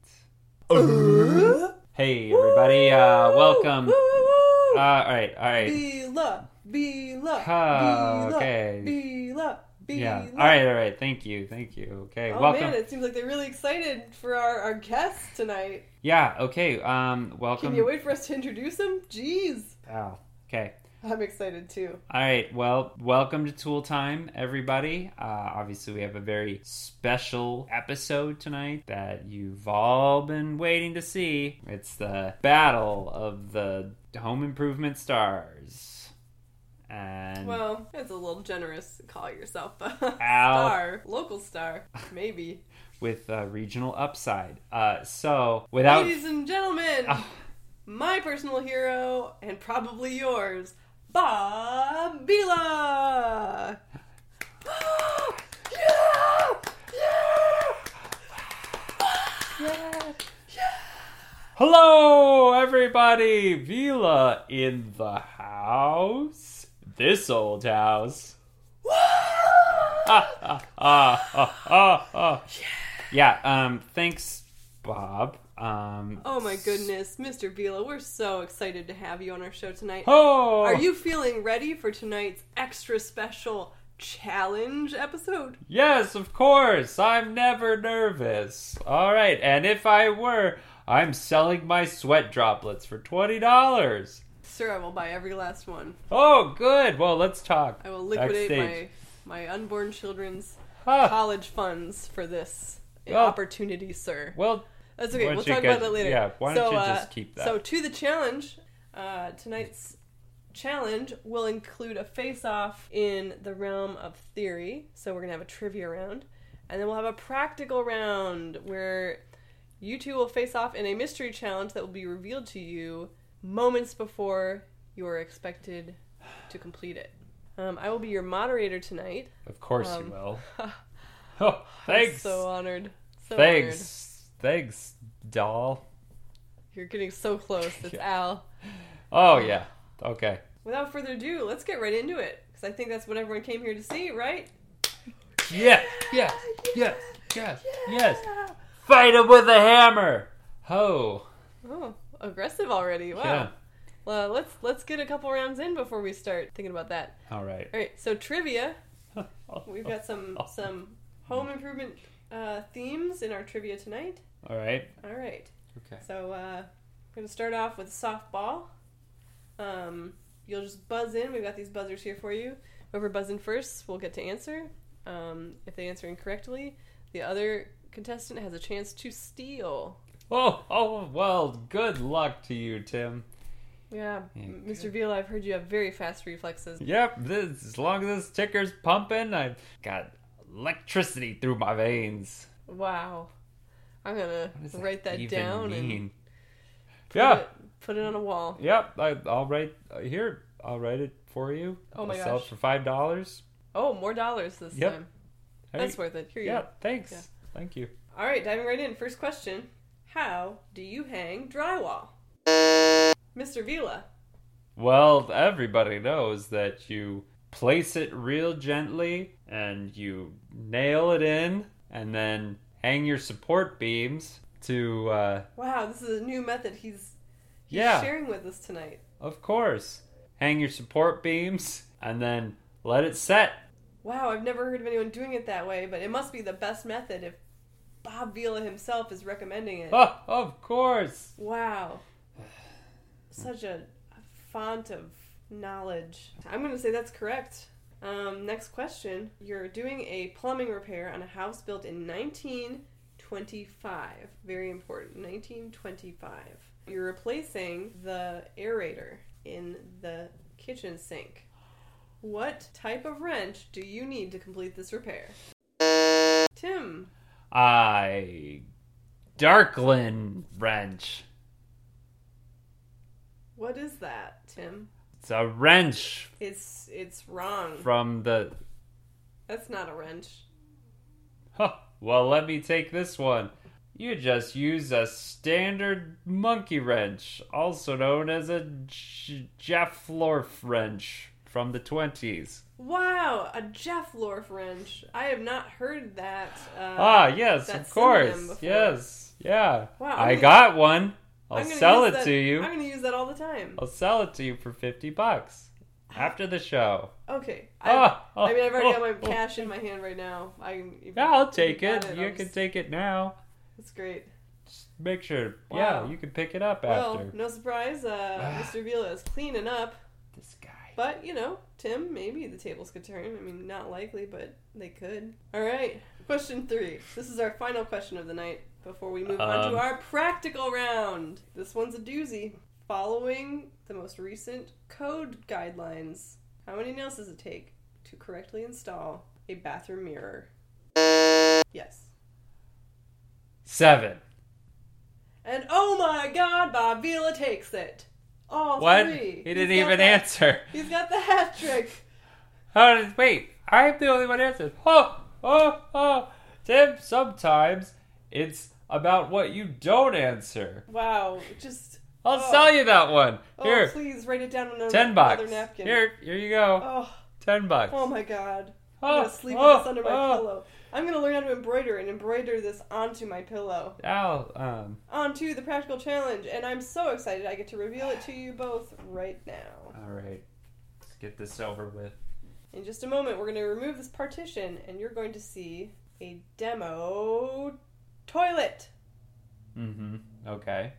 Speaker 1: Hey everybody, uh, welcome. Uh, all right, all right.
Speaker 2: Bela, Bela,
Speaker 1: Ah,
Speaker 2: Bela,
Speaker 1: okay.
Speaker 2: Bela, Bela.
Speaker 1: Yeah. All right, all right. Thank you, thank you. Okay,
Speaker 2: Oh
Speaker 1: welcome.
Speaker 2: man, it seems like they're really excited for our, our guest tonight.
Speaker 1: Yeah. Okay. Um, welcome.
Speaker 2: Can you wait for us to introduce him? Jeez,
Speaker 1: Ow. Okay.
Speaker 2: I'm excited too.
Speaker 1: All right. Well, welcome to Tool Time, everybody. Uh, obviously, we have a very special episode tonight that you've all been waiting to see. It's the battle of the home improvement stars. And
Speaker 2: Well, that's a little generous to call yourself a
Speaker 1: Mm.
Speaker 2: [laughs]
Speaker 1: Ow.
Speaker 2: star, local star,
Speaker 1: [laughs]
Speaker 2: maybe.
Speaker 1: with uh, regional upside. Uh, so without
Speaker 2: Ladies and gentlemen,
Speaker 1: Ah.
Speaker 2: my personal hero and probably yours, Bob [gasps] Vila. yeah! Yeah!
Speaker 1: Hello, everybody! Vila in the house. This old house. Ah, ah, ah, ah, ah, ah. Yeah. Um. Thanks, Bob. Um.
Speaker 2: Oh my goodness, Mr. Vila, we're so excited to have you on our show tonight.
Speaker 1: Oh.
Speaker 2: Are you feeling ready for tonight's extra special challenge episode?
Speaker 1: Yes, of course. I'm never nervous. All right. And if I were, I'm selling my sweat droplets for twenty dollars.
Speaker 2: Sir, I will buy every last one.
Speaker 1: Oh, good. Well, let's talk.
Speaker 2: I will liquidate
Speaker 1: Backstage.
Speaker 2: my my unborn children's
Speaker 1: Ah.
Speaker 2: college funds for this
Speaker 1: Well-
Speaker 2: opportunity, sir.
Speaker 1: Well,
Speaker 2: That's okay.
Speaker 1: why
Speaker 2: We'll
Speaker 1: don't you
Speaker 2: talk about
Speaker 1: guys-
Speaker 2: that later.
Speaker 1: yeah, why don't
Speaker 2: uh, so,
Speaker 1: you
Speaker 2: uh,
Speaker 1: just keep that?
Speaker 2: So to the challenge, uh, tonight's challenge will include a face off in the realm of theory. So we're going to have a trivia round. And then we'll have a practical round where you two will face off in a mystery challenge that will be revealed to you moments before you are expected to complete it. Um, I will be your moderator tonight. [laughs]
Speaker 1: Of course
Speaker 2: Um,
Speaker 1: you will. [laughs] oh, thanks.
Speaker 2: I'm so honored. So honored.
Speaker 1: thanks. Thanks, doll.
Speaker 2: You're getting so close.
Speaker 1: [laughs]
Speaker 2: It's
Speaker 1: Yeah.
Speaker 2: Al.
Speaker 1: Oh, yeah. Okay.
Speaker 2: Without further ado, let's get right into it because I think that's what everyone came here to see, right? [laughs]
Speaker 1: Yeah. Yeah. Yes. Yes. Yes. Fight him with a hammer. Ho.
Speaker 2: Oh, aggressive already. Wow.
Speaker 1: Yeah.
Speaker 2: Well, let's let's get a couple rounds in before we start thinking about that.
Speaker 1: All right.
Speaker 2: All right, so trivia. We've got some
Speaker 1: Oh.
Speaker 2: some home improvement uh, themes in our trivia tonight.
Speaker 1: All right.
Speaker 2: All right,
Speaker 1: Okay.
Speaker 2: so uh, we're gonna start off with softball. Um, you'll just buzz in. We've got these buzzers here for you. Whoever buzzed in first will get to answer. Um, if they answer incorrectly, the other contestant has a chance to steal.
Speaker 1: Oh, oh, well, good luck to you, Tim.
Speaker 2: Yeah,
Speaker 1: Yeah.
Speaker 2: Mr. Veal, I've heard you have very fast reflexes.
Speaker 1: Yep, this, as long as this ticker's pumping, I've got electricity through my veins.
Speaker 2: Wow. I'm gonna
Speaker 1: What does
Speaker 2: write that
Speaker 1: even
Speaker 2: down and
Speaker 1: mean?
Speaker 2: put,
Speaker 1: Yeah,
Speaker 2: it, put it on a wall.
Speaker 1: yep. I, I'll write uh, here. I'll write it for you.
Speaker 2: Oh my
Speaker 1: I'll sell it
Speaker 2: gosh.
Speaker 1: for five dollars.
Speaker 2: Oh, more dollars this
Speaker 1: Yep.
Speaker 2: time. That's worth it. Here you
Speaker 1: yeah,
Speaker 2: go.
Speaker 1: thanks.
Speaker 2: Yeah.
Speaker 1: Thank you.
Speaker 2: All right, diving right in. First question: How do you hang drywall, Mr. Vila?
Speaker 1: Well, everybody knows that you place it real gently and you nail it in, and then hang your support beams to. Uh,
Speaker 2: Wow, this is a new method he's, he's
Speaker 1: yeah.
Speaker 2: sharing with us tonight.
Speaker 1: Of course. Hang your support beams and then let it set.
Speaker 2: Wow, I've never heard of anyone doing it that way, but it must be the best method if Bob Vila himself is recommending it.
Speaker 1: Oh, of course.
Speaker 2: Wow. Such a, a font of knowledge. I'm going to say that's correct. Um, next question. You're doing a plumbing repair on a house built in 1925. Very important. 1925. You're replacing the aerator in the kitchen sink. What type of wrench do you need to complete this repair? Tim.
Speaker 1: I Darklin wrench.
Speaker 2: What is that, Tim?
Speaker 1: It's a wrench
Speaker 2: It's it's wrong.
Speaker 1: from the
Speaker 2: That's not a wrench.
Speaker 1: Huh, well let me take this one. You just use a standard monkey wrench, also known as a J- Jefflorf wrench from the 20s.
Speaker 2: Wow, a Jeff Lorf wrench. I have not heard that. Uh,
Speaker 1: Ah, yes,
Speaker 2: that
Speaker 1: of
Speaker 2: synonym
Speaker 1: course.
Speaker 2: before.
Speaker 1: Yes. Yeah.
Speaker 2: Wow, I'm
Speaker 1: I
Speaker 2: gonna-
Speaker 1: got one. I'll
Speaker 2: I'm gonna
Speaker 1: sell
Speaker 2: use
Speaker 1: it
Speaker 2: that-
Speaker 1: to you.
Speaker 2: I'm going to use that all the time.
Speaker 1: I'll sell it to you for 50 bucks after the show.
Speaker 2: Okay. I,
Speaker 1: Ah,
Speaker 2: I mean, I've
Speaker 1: [laughs]
Speaker 2: already
Speaker 1: oh,
Speaker 2: got
Speaker 1: oh.
Speaker 2: my cash in my hand right now. I can, if-
Speaker 1: Yeah, I'll
Speaker 2: if
Speaker 1: take
Speaker 2: got
Speaker 1: it. You
Speaker 2: I'll
Speaker 1: can
Speaker 2: just-
Speaker 1: take it now.
Speaker 2: That's great.
Speaker 1: Just make sure.
Speaker 2: Wow.
Speaker 1: Yeah, you can pick it up
Speaker 2: Well,
Speaker 1: after. Ah.
Speaker 2: no surprise. Uh, Mr. Vila is cleaning up.
Speaker 1: This guy.
Speaker 2: But, you know, Tim, maybe the tables could turn. I mean, not likely, but they could. All right. Question three. This is our final question of the night before we move on
Speaker 1: Um.
Speaker 2: to our practical round. This one's a doozy. Following the most recent code guidelines, how many nails does it take to correctly install a bathroom mirror? Yes.
Speaker 1: Seven.
Speaker 2: And oh my god, Bob Vila takes it. All
Speaker 1: What?
Speaker 2: three.
Speaker 1: He didn't
Speaker 2: He's got
Speaker 1: even
Speaker 2: the-
Speaker 1: answer. [laughs]
Speaker 2: He's got the hat trick.
Speaker 1: How did, wait, I'm the only one answered. Oh, oh, oh. Tim, sometimes it's about what you don't answer.
Speaker 2: Wow, just
Speaker 1: I'll
Speaker 2: Oh.
Speaker 1: sell you that one.
Speaker 2: oh,
Speaker 1: Here,
Speaker 2: please write it down on another,
Speaker 1: ten bucks.
Speaker 2: another napkin.
Speaker 1: Here, here you go.
Speaker 2: Oh,
Speaker 1: Ten bucks.
Speaker 2: oh my god.
Speaker 1: Oh,
Speaker 2: I'm gonna sleep
Speaker 1: oh,
Speaker 2: with this under my
Speaker 1: oh.
Speaker 2: pillow. I'm gonna learn how to embroider and embroider this onto my pillow.
Speaker 1: Al, um,
Speaker 2: Onto the practical challenge, and I'm so excited I get to reveal it to you both right now.
Speaker 1: all right. Let's get this over with.
Speaker 2: In just a moment, we're gonna remove this partition and you're going to see a demo toilet.
Speaker 1: Mm-hmm. Okay.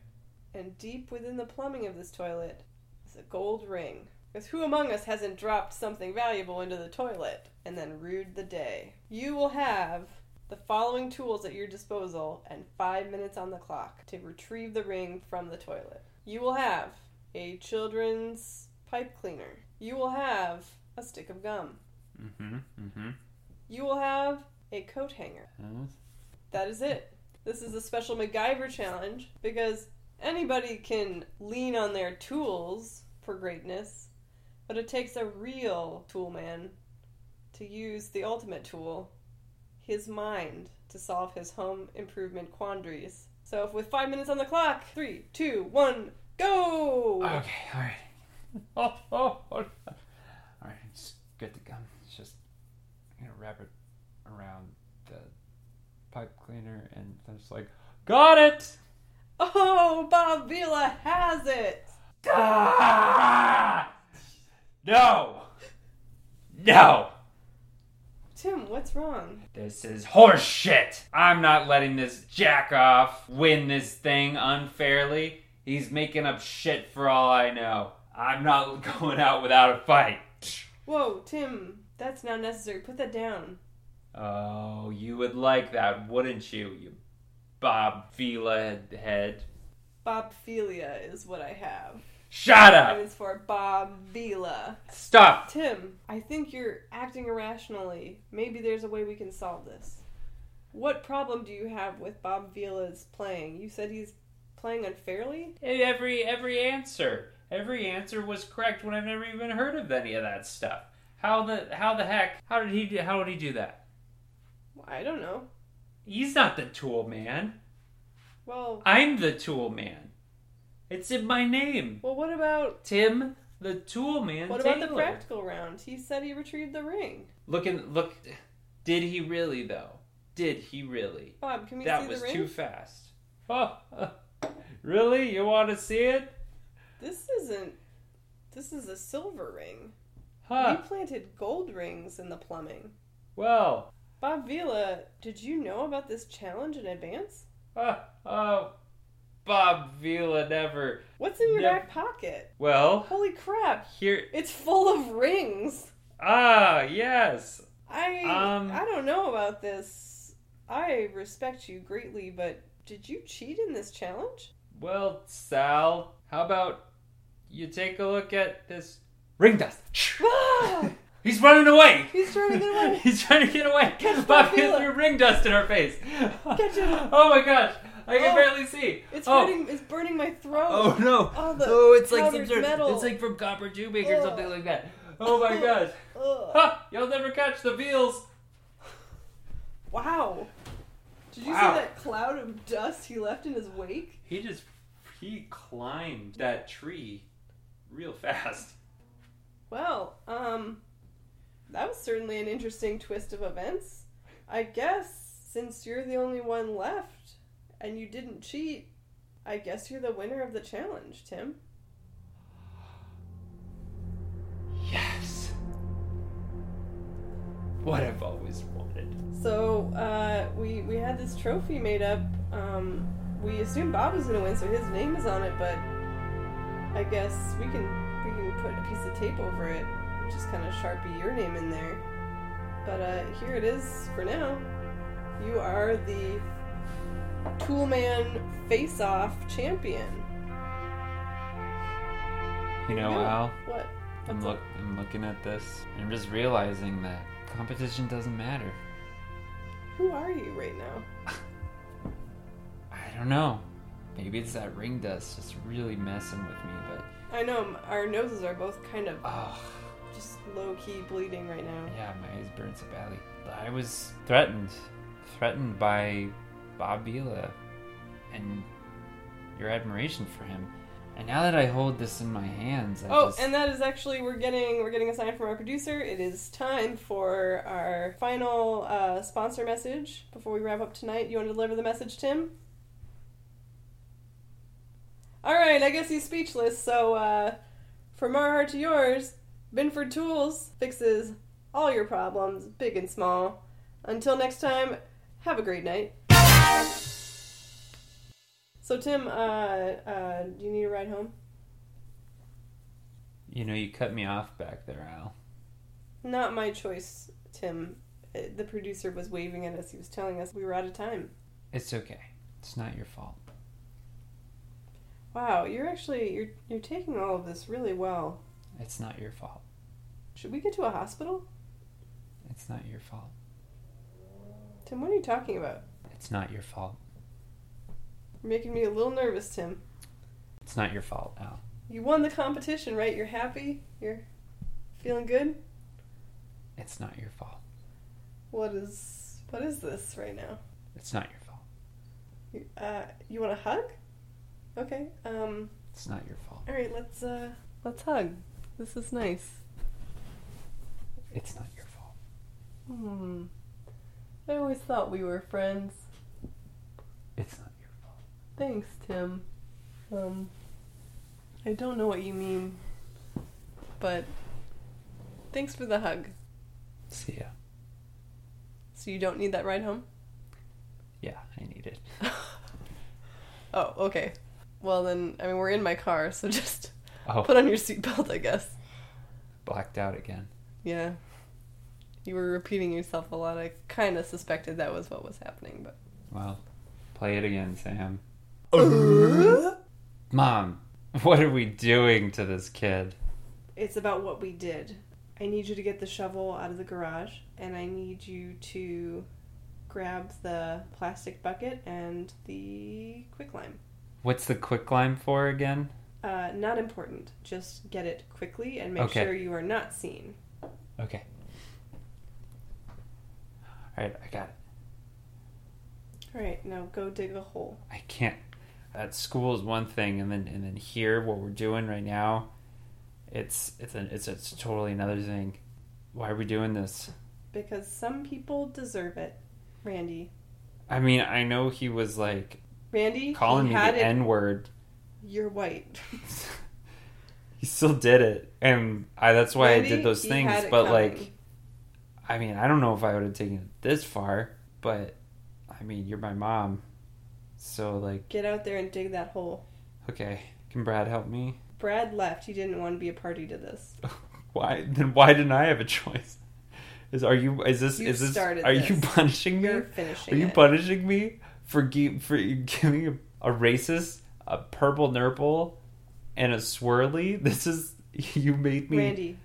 Speaker 2: And deep within the plumbing of this toilet is a gold ring. Because who among us hasn't dropped something valuable into the toilet and then rued the day? You will have the following tools at your disposal and five minutes on the clock to retrieve the ring from the toilet. You will have a children's pipe cleaner. You will have a stick of gum.
Speaker 1: Mm-hmm. Mm-hmm.
Speaker 2: You will have a coat hanger. That is it. This is a special MacGyver challenge because anybody can lean on their tools for greatness, but it takes a real tool man to use the ultimate tool, his mind, to solve his home improvement quandaries. So, if with five minutes on the clock, three, two, one, go!
Speaker 1: Ah. Okay. All right. [laughs] Oh, oh, oh. All right. Just get the gum. It's just I'm gonna wrap it around the pipe cleaner, and I'm just like, got it. [laughs]
Speaker 2: Oh, Bob Vila has it!
Speaker 1: Ah! No. No.
Speaker 2: Tim, what's wrong?
Speaker 1: This is horseshit. I'm not letting this jack off win this thing unfairly. He's making up shit for all I know. I'm not [laughs] going out without a fight.
Speaker 2: Whoa, Tim, that's not necessary. Put that down.
Speaker 1: Oh, you would like that, wouldn't you, you Bob Vila head?
Speaker 2: Bobphilia is what I have.
Speaker 1: Shut up!
Speaker 2: And it's for Bob Vila.
Speaker 1: Stop!
Speaker 2: Tim, I think you're acting irrationally. Maybe there's a way we can solve this. What problem do you have with Bob Vila's playing? You said he's playing unfairly?
Speaker 1: And every every answer, every answer was correct when I've never even heard of any of that stuff. How the how the heck? How did he do, how did he do that?
Speaker 2: I don't know.
Speaker 1: He's not the tool man.
Speaker 2: Well,
Speaker 1: I'm the tool man. It's in my name.
Speaker 2: well, what about
Speaker 1: Tim the tool man.
Speaker 2: what about the
Speaker 1: Taylor.
Speaker 2: practical round? He said he retrieved the ring.
Speaker 1: Look in look did he really though? Did he really?
Speaker 2: Bob, can we
Speaker 1: that
Speaker 2: see
Speaker 1: was
Speaker 2: the ring?
Speaker 1: too fast. Oh, [laughs] really? You want to see it?
Speaker 2: This isn't. This is a silver ring.
Speaker 1: Huh.
Speaker 2: We planted gold rings in the plumbing.
Speaker 1: Well,
Speaker 2: Bob Vila, did you know about this challenge in advance?
Speaker 1: oh, oh, Bob Vila never.
Speaker 2: What's in your
Speaker 1: Yep.
Speaker 2: back pocket?
Speaker 1: Well,
Speaker 2: Holy crap!
Speaker 1: here.
Speaker 2: It's full of rings.
Speaker 1: Ah, yes.
Speaker 2: I
Speaker 1: Um.
Speaker 2: I don't know about this. I respect you greatly, but did you cheat in this challenge?
Speaker 1: Well, Sal, how about you take a look at this ring dust?
Speaker 2: Ah!
Speaker 1: [laughs] He's running away.
Speaker 2: He's trying to get away.
Speaker 1: [laughs] He's trying to get away.
Speaker 2: Catch
Speaker 1: Bob
Speaker 2: Bob Vila.
Speaker 1: threw ring dust in her face.
Speaker 2: Catch him.
Speaker 1: [laughs] Oh my gosh, I can
Speaker 2: Oh.
Speaker 1: barely see.
Speaker 2: It's
Speaker 1: oh.
Speaker 2: burning. It's burning my throat.
Speaker 1: Oh no!
Speaker 2: Oh, the
Speaker 1: oh, it's like some
Speaker 2: powdered
Speaker 1: sort
Speaker 2: metal.
Speaker 1: It's like from copper tubing or
Speaker 2: Ugh.
Speaker 1: something like that. Oh my
Speaker 2: Ugh.
Speaker 1: gosh!
Speaker 2: Ugh.
Speaker 1: Ha! You'll never catch the veals.
Speaker 2: Wow. Did you
Speaker 1: Wow.
Speaker 2: see that cloud of dust he left in his wake?
Speaker 1: He just he climbed that tree real fast.
Speaker 2: Well, um, that was certainly an interesting twist of events. I guess since you're the only one left and you didn't cheat, I guess you're the winner of the challenge, Tim.
Speaker 1: Yes. What I've always wanted.
Speaker 2: So uh, we we had this trophy made up. Um, we assumed Bob was gonna win, so his name is on it. But I guess we can we can put a piece of tape over it, just kind of sharpie your name in there. But uh, here it is for now. You are the Toolman Face Off Champion.
Speaker 1: You know,
Speaker 2: Yeah.
Speaker 1: Al,
Speaker 2: What?
Speaker 1: I'm
Speaker 2: What's
Speaker 1: look I'm looking at this and I'm just realizing that competition doesn't matter.
Speaker 2: up? Who are you right now?
Speaker 1: I don't know. Maybe it's that ring dust just really messing with me, but
Speaker 2: I know m- our noses are both kind of
Speaker 1: oh.
Speaker 2: just low key bleeding right now.
Speaker 1: Yeah, my eyes burned so badly. I was threatened. Threatened by Bob Vila and your admiration for him. And now that I hold this in my hands, I
Speaker 2: Oh,
Speaker 1: just.
Speaker 2: and that is actually we're getting we're getting a sign from our producer. It is time for our final uh, sponsor message before we wrap up tonight. You want to deliver the message, Tim? All right, I guess he's speechless. So, uh, from our heart to yours, Binford Tools fixes all your problems, big and small. Until next time, have a great night. So, Tim, uh, uh, do you need a ride home?
Speaker 1: you know, you cut me off back there, Al.
Speaker 2: Not my choice, Tim. Uh, The producer was waving at us. He was telling us we were out of time.
Speaker 1: It's okay. It's not your fault.
Speaker 2: Wow, you're actually you're you're taking all of this really well.
Speaker 1: It's not your fault.
Speaker 2: Should we get to a hospital?
Speaker 1: It's not your fault.
Speaker 2: Tim, what are you talking about?
Speaker 1: It's not your fault.
Speaker 2: You're making me a little nervous, Tim.
Speaker 1: It's not your fault, Al.
Speaker 2: You won the competition, right? You're happy? You're feeling good?
Speaker 1: It's not your fault.
Speaker 2: What is what is this right now?
Speaker 1: It's not your fault.
Speaker 2: You, uh, you want a hug? Okay. Um.
Speaker 1: It's not your fault.
Speaker 2: All right. Let's uh. Let's hug. This is nice.
Speaker 1: It's not your fault.
Speaker 2: Hmm. I always thought we were friends.
Speaker 1: It's not your fault.
Speaker 2: Thanks, Tim. Um. I don't know what you mean, but thanks for the hug.
Speaker 1: See ya.
Speaker 2: So you don't need that ride home?
Speaker 1: Yeah, I need it.
Speaker 2: Oh, okay. Well then, I mean we're in my car, so [laughs] just
Speaker 1: Oh,
Speaker 2: put on your seatbelt, I guess.
Speaker 1: blacked out again.
Speaker 2: Yeah. You were repeating yourself a lot. I kind of suspected that was what was happening, but.
Speaker 1: Well, play it again, Sam. Mom, [laughs] what are we doing to this kid?
Speaker 2: It's about what we did. I need you to get the shovel out of the garage, and I need you to grab the plastic bucket and the quicklime.
Speaker 1: What's the quick lime for again?
Speaker 2: Uh, not important. Just get it quickly and make
Speaker 1: Okay.
Speaker 2: sure you are not seen.
Speaker 1: Okay. All right, I got it.
Speaker 2: All right, now go dig a hole.
Speaker 1: I can't. At school is one thing, and then and then here, what we're doing right now, it's it's an, it's it's totally another thing. Why are we doing this?
Speaker 2: Because some people deserve it, Randy.
Speaker 1: I mean, I know he was like
Speaker 2: Randy,
Speaker 1: calling
Speaker 2: he
Speaker 1: me
Speaker 2: had
Speaker 1: the
Speaker 2: it.
Speaker 1: N word.
Speaker 2: You're white.
Speaker 1: [laughs] he still did it, and I that's why I
Speaker 2: Randy,
Speaker 1: did those
Speaker 2: he
Speaker 1: things.
Speaker 2: had it
Speaker 1: But
Speaker 2: coming.
Speaker 1: like, I mean, I don't know if I would have taken it this far, but I mean, you're my mom, so like,
Speaker 2: get out there and dig that hole.
Speaker 1: okay, can Brad help me?
Speaker 2: Brad left. He didn't want to be a party to this.
Speaker 1: why then why didn't I have a choice? Is are you is this
Speaker 2: You
Speaker 1: is this
Speaker 2: started
Speaker 1: are you
Speaker 2: this.
Speaker 1: punishing me?
Speaker 2: You're
Speaker 1: Are
Speaker 2: finishing.
Speaker 1: you
Speaker 2: it.
Speaker 1: punishing me for gi- for giving a, a racist a purple nurple and a swirly? This is you made me
Speaker 2: Randy,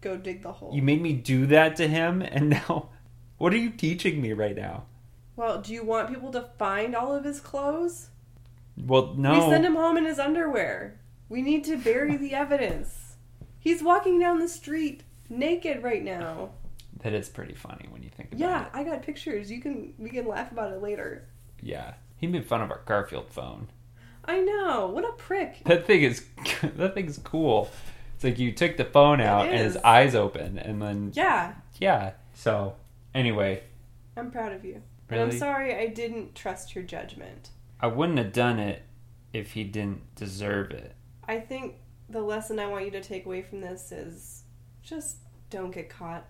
Speaker 2: go dig the hole.
Speaker 1: you made me do that to him and now [laughs] what are you teaching me right now?
Speaker 2: well, do you want people to find all of his clothes?
Speaker 1: Well, no.
Speaker 2: We send him home in his underwear. We need to bury the evidence. He's walking down the street naked right now.
Speaker 1: that is pretty funny when you think about
Speaker 2: Yeah,
Speaker 1: it.
Speaker 2: I got pictures. You can we can laugh about it later.
Speaker 1: Yeah. He made fun of our Garfield phone.
Speaker 2: I know. What a prick.
Speaker 1: That thing is [laughs] that thing's cool. It's like you took the phone out and his
Speaker 2: is.
Speaker 1: eyes open, and then
Speaker 2: Yeah,
Speaker 1: yeah. So anyway,
Speaker 2: I'm proud of you. But I'm
Speaker 1: really,
Speaker 2: sorry I didn't trust your judgment.
Speaker 1: I wouldn't have done it if he didn't deserve it.
Speaker 2: I think the lesson I want you to take away from this is just don't get caught.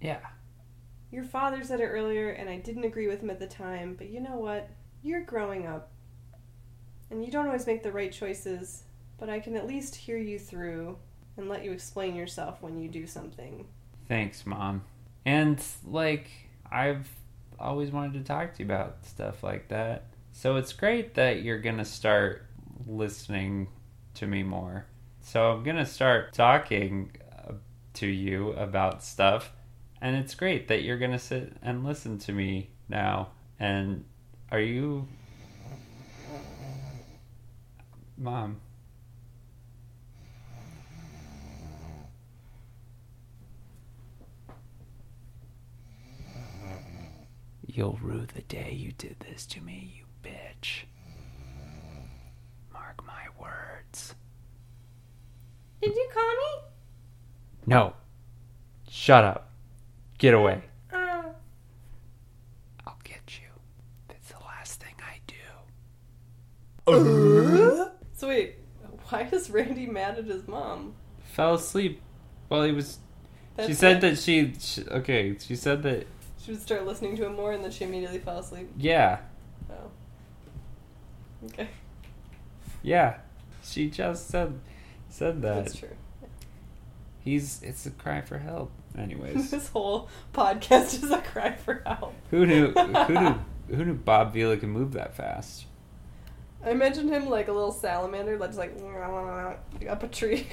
Speaker 1: Yeah,
Speaker 2: Your father said it earlier, and I didn't agree with him at the time, but you know what? You're growing up. And you don't always make the right choices, but I can at least hear you through and let you explain yourself when you do something.
Speaker 1: thanks, mom. And like I've always wanted to talk to you about stuff like that. So it's great that you're gonna start listening to me more. So I'm gonna start talking uh, to you about stuff, and it's great that you're gonna sit and listen to me now. And are you, mom? You'll rue the day you did this to me, you bitch. Mark my words.
Speaker 2: Did you call me?
Speaker 1: No. Shut up. Get away.
Speaker 2: Uh,
Speaker 1: I'll get you. That's the last thing I do.
Speaker 2: so, wait, why is Randy mad at his mom?
Speaker 1: Fell asleep while he was. she
Speaker 2: That's
Speaker 1: said
Speaker 2: it.
Speaker 1: that she, she. Okay, she said that.
Speaker 2: she would start listening to him more, and then she immediately fell asleep.
Speaker 1: Yeah,
Speaker 2: Oh. Okay, [laughs]
Speaker 1: yeah. She just said said that.
Speaker 2: that's true.
Speaker 1: He's. It's a cry for help. [laughs] Anyways,
Speaker 2: [laughs] this whole podcast is a cry for help.
Speaker 1: who knew? Who knew? Who knew Bob Vila could move that fast?
Speaker 2: I [laughs] imagined him like a little salamander that's like up a tree.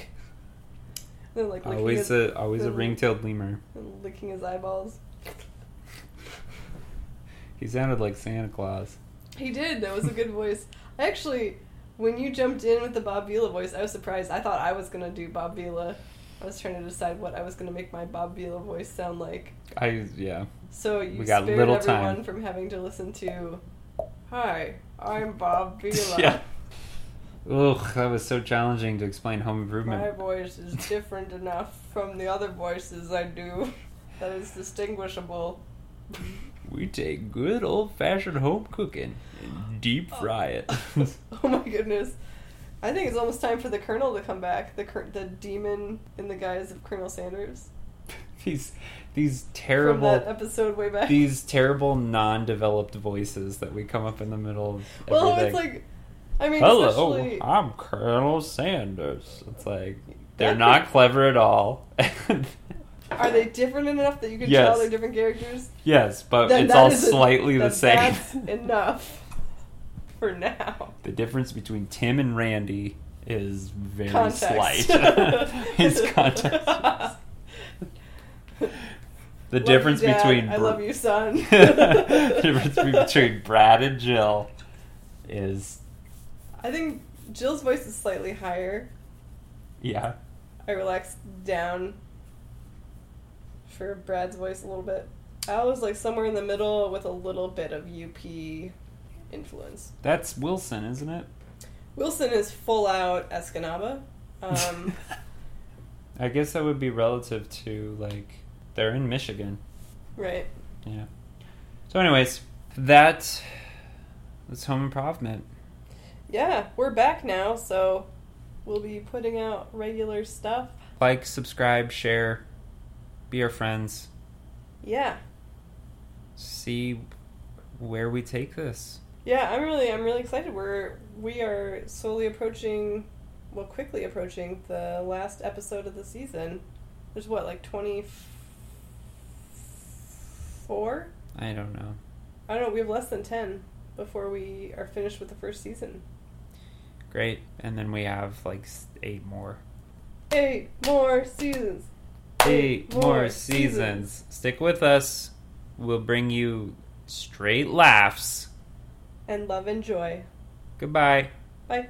Speaker 2: And, like licking
Speaker 1: Always
Speaker 2: his,
Speaker 1: a always a
Speaker 2: Mhm.
Speaker 1: ring-tailed lemur.
Speaker 2: and licking his eyeballs.
Speaker 1: [laughs] He sounded like Santa Claus.
Speaker 2: He did. That was a good [laughs] voice. I actually, when you jumped in with the Bob Vila voice, I was surprised. I thought I was gonna do Bob Vila. I was trying to decide what I was gonna make my Bob Vila voice sound like.
Speaker 1: I yeah.
Speaker 2: So you
Speaker 1: We got
Speaker 2: spared
Speaker 1: little time.
Speaker 2: everyone from having to listen to. Hi, I'm
Speaker 1: [laughs]
Speaker 2: Bob Vila.
Speaker 1: yeah. Ugh, that was so challenging to explain home
Speaker 2: My
Speaker 1: improvement. [laughs]
Speaker 2: voice is different enough from the other voices I do that
Speaker 1: [laughs]
Speaker 2: is distinguishable.
Speaker 1: We take good old-fashioned home cooking and deep fry it.
Speaker 2: [laughs] oh my goodness. I think it's almost time for the Colonel to come back. The cur- the demon in the guise of Colonel Sanders
Speaker 1: these these
Speaker 2: from that
Speaker 1: terrible
Speaker 2: episode way back.
Speaker 1: these terrible non-developed voices that we come up in the middle of
Speaker 2: [laughs] well,
Speaker 1: everything.
Speaker 2: it's like, I mean,
Speaker 1: Hello,
Speaker 2: especially
Speaker 1: I'm Colonel Sanders. It's like they're
Speaker 2: That-
Speaker 1: not clever at all. [laughs]
Speaker 2: are they different enough that you can
Speaker 1: Yes.
Speaker 2: tell they're different characters?
Speaker 1: yes, but
Speaker 2: Then
Speaker 1: Uh, it's
Speaker 2: that
Speaker 1: all
Speaker 2: is a-
Speaker 1: slightly the
Speaker 2: Then
Speaker 1: same.
Speaker 2: That's enough for now.
Speaker 1: [laughs] The difference between Tim and Randy is very
Speaker 2: Context. [laughs]
Speaker 1: slight. [laughs] His context. The
Speaker 2: Love you,
Speaker 1: difference
Speaker 2: Dad.
Speaker 1: between
Speaker 2: I
Speaker 1: Br-
Speaker 2: love you, [laughs] son.
Speaker 1: the [laughs] difference between Brad and Jill is
Speaker 2: [laughs] I think Jill's voice is slightly higher.
Speaker 1: yeah.
Speaker 2: I relaxed down for Brad's voice a little bit. I was like somewhere in the middle with a little bit of UP influence.
Speaker 1: That's Wilson, isn't it?
Speaker 2: Wilson is full out Escanaba.
Speaker 1: [laughs]
Speaker 2: Um,
Speaker 1: I guess that would be relative to like they're in Michigan.
Speaker 2: right.
Speaker 1: Yeah. So, anyways, that that's home improvement.
Speaker 2: Yeah, we're back now, so we'll be putting out regular stuff.
Speaker 1: Like, subscribe, share, be our friends.
Speaker 2: Yeah.
Speaker 1: See where we take this.
Speaker 2: Yeah, I'm really I'm really excited. We're we are slowly approaching well quickly approaching the last episode of the season. There's what, like twenty four?
Speaker 1: I don't know.
Speaker 2: I don't know, we have less than ten before we are finished with the first season.
Speaker 1: Great. And then we have like s- eight more.
Speaker 2: Eight more seasons.
Speaker 1: Eight more seasons. Stick with us. We'll bring you straight laughs.
Speaker 2: And love and joy.
Speaker 1: Goodbye.
Speaker 2: Bye.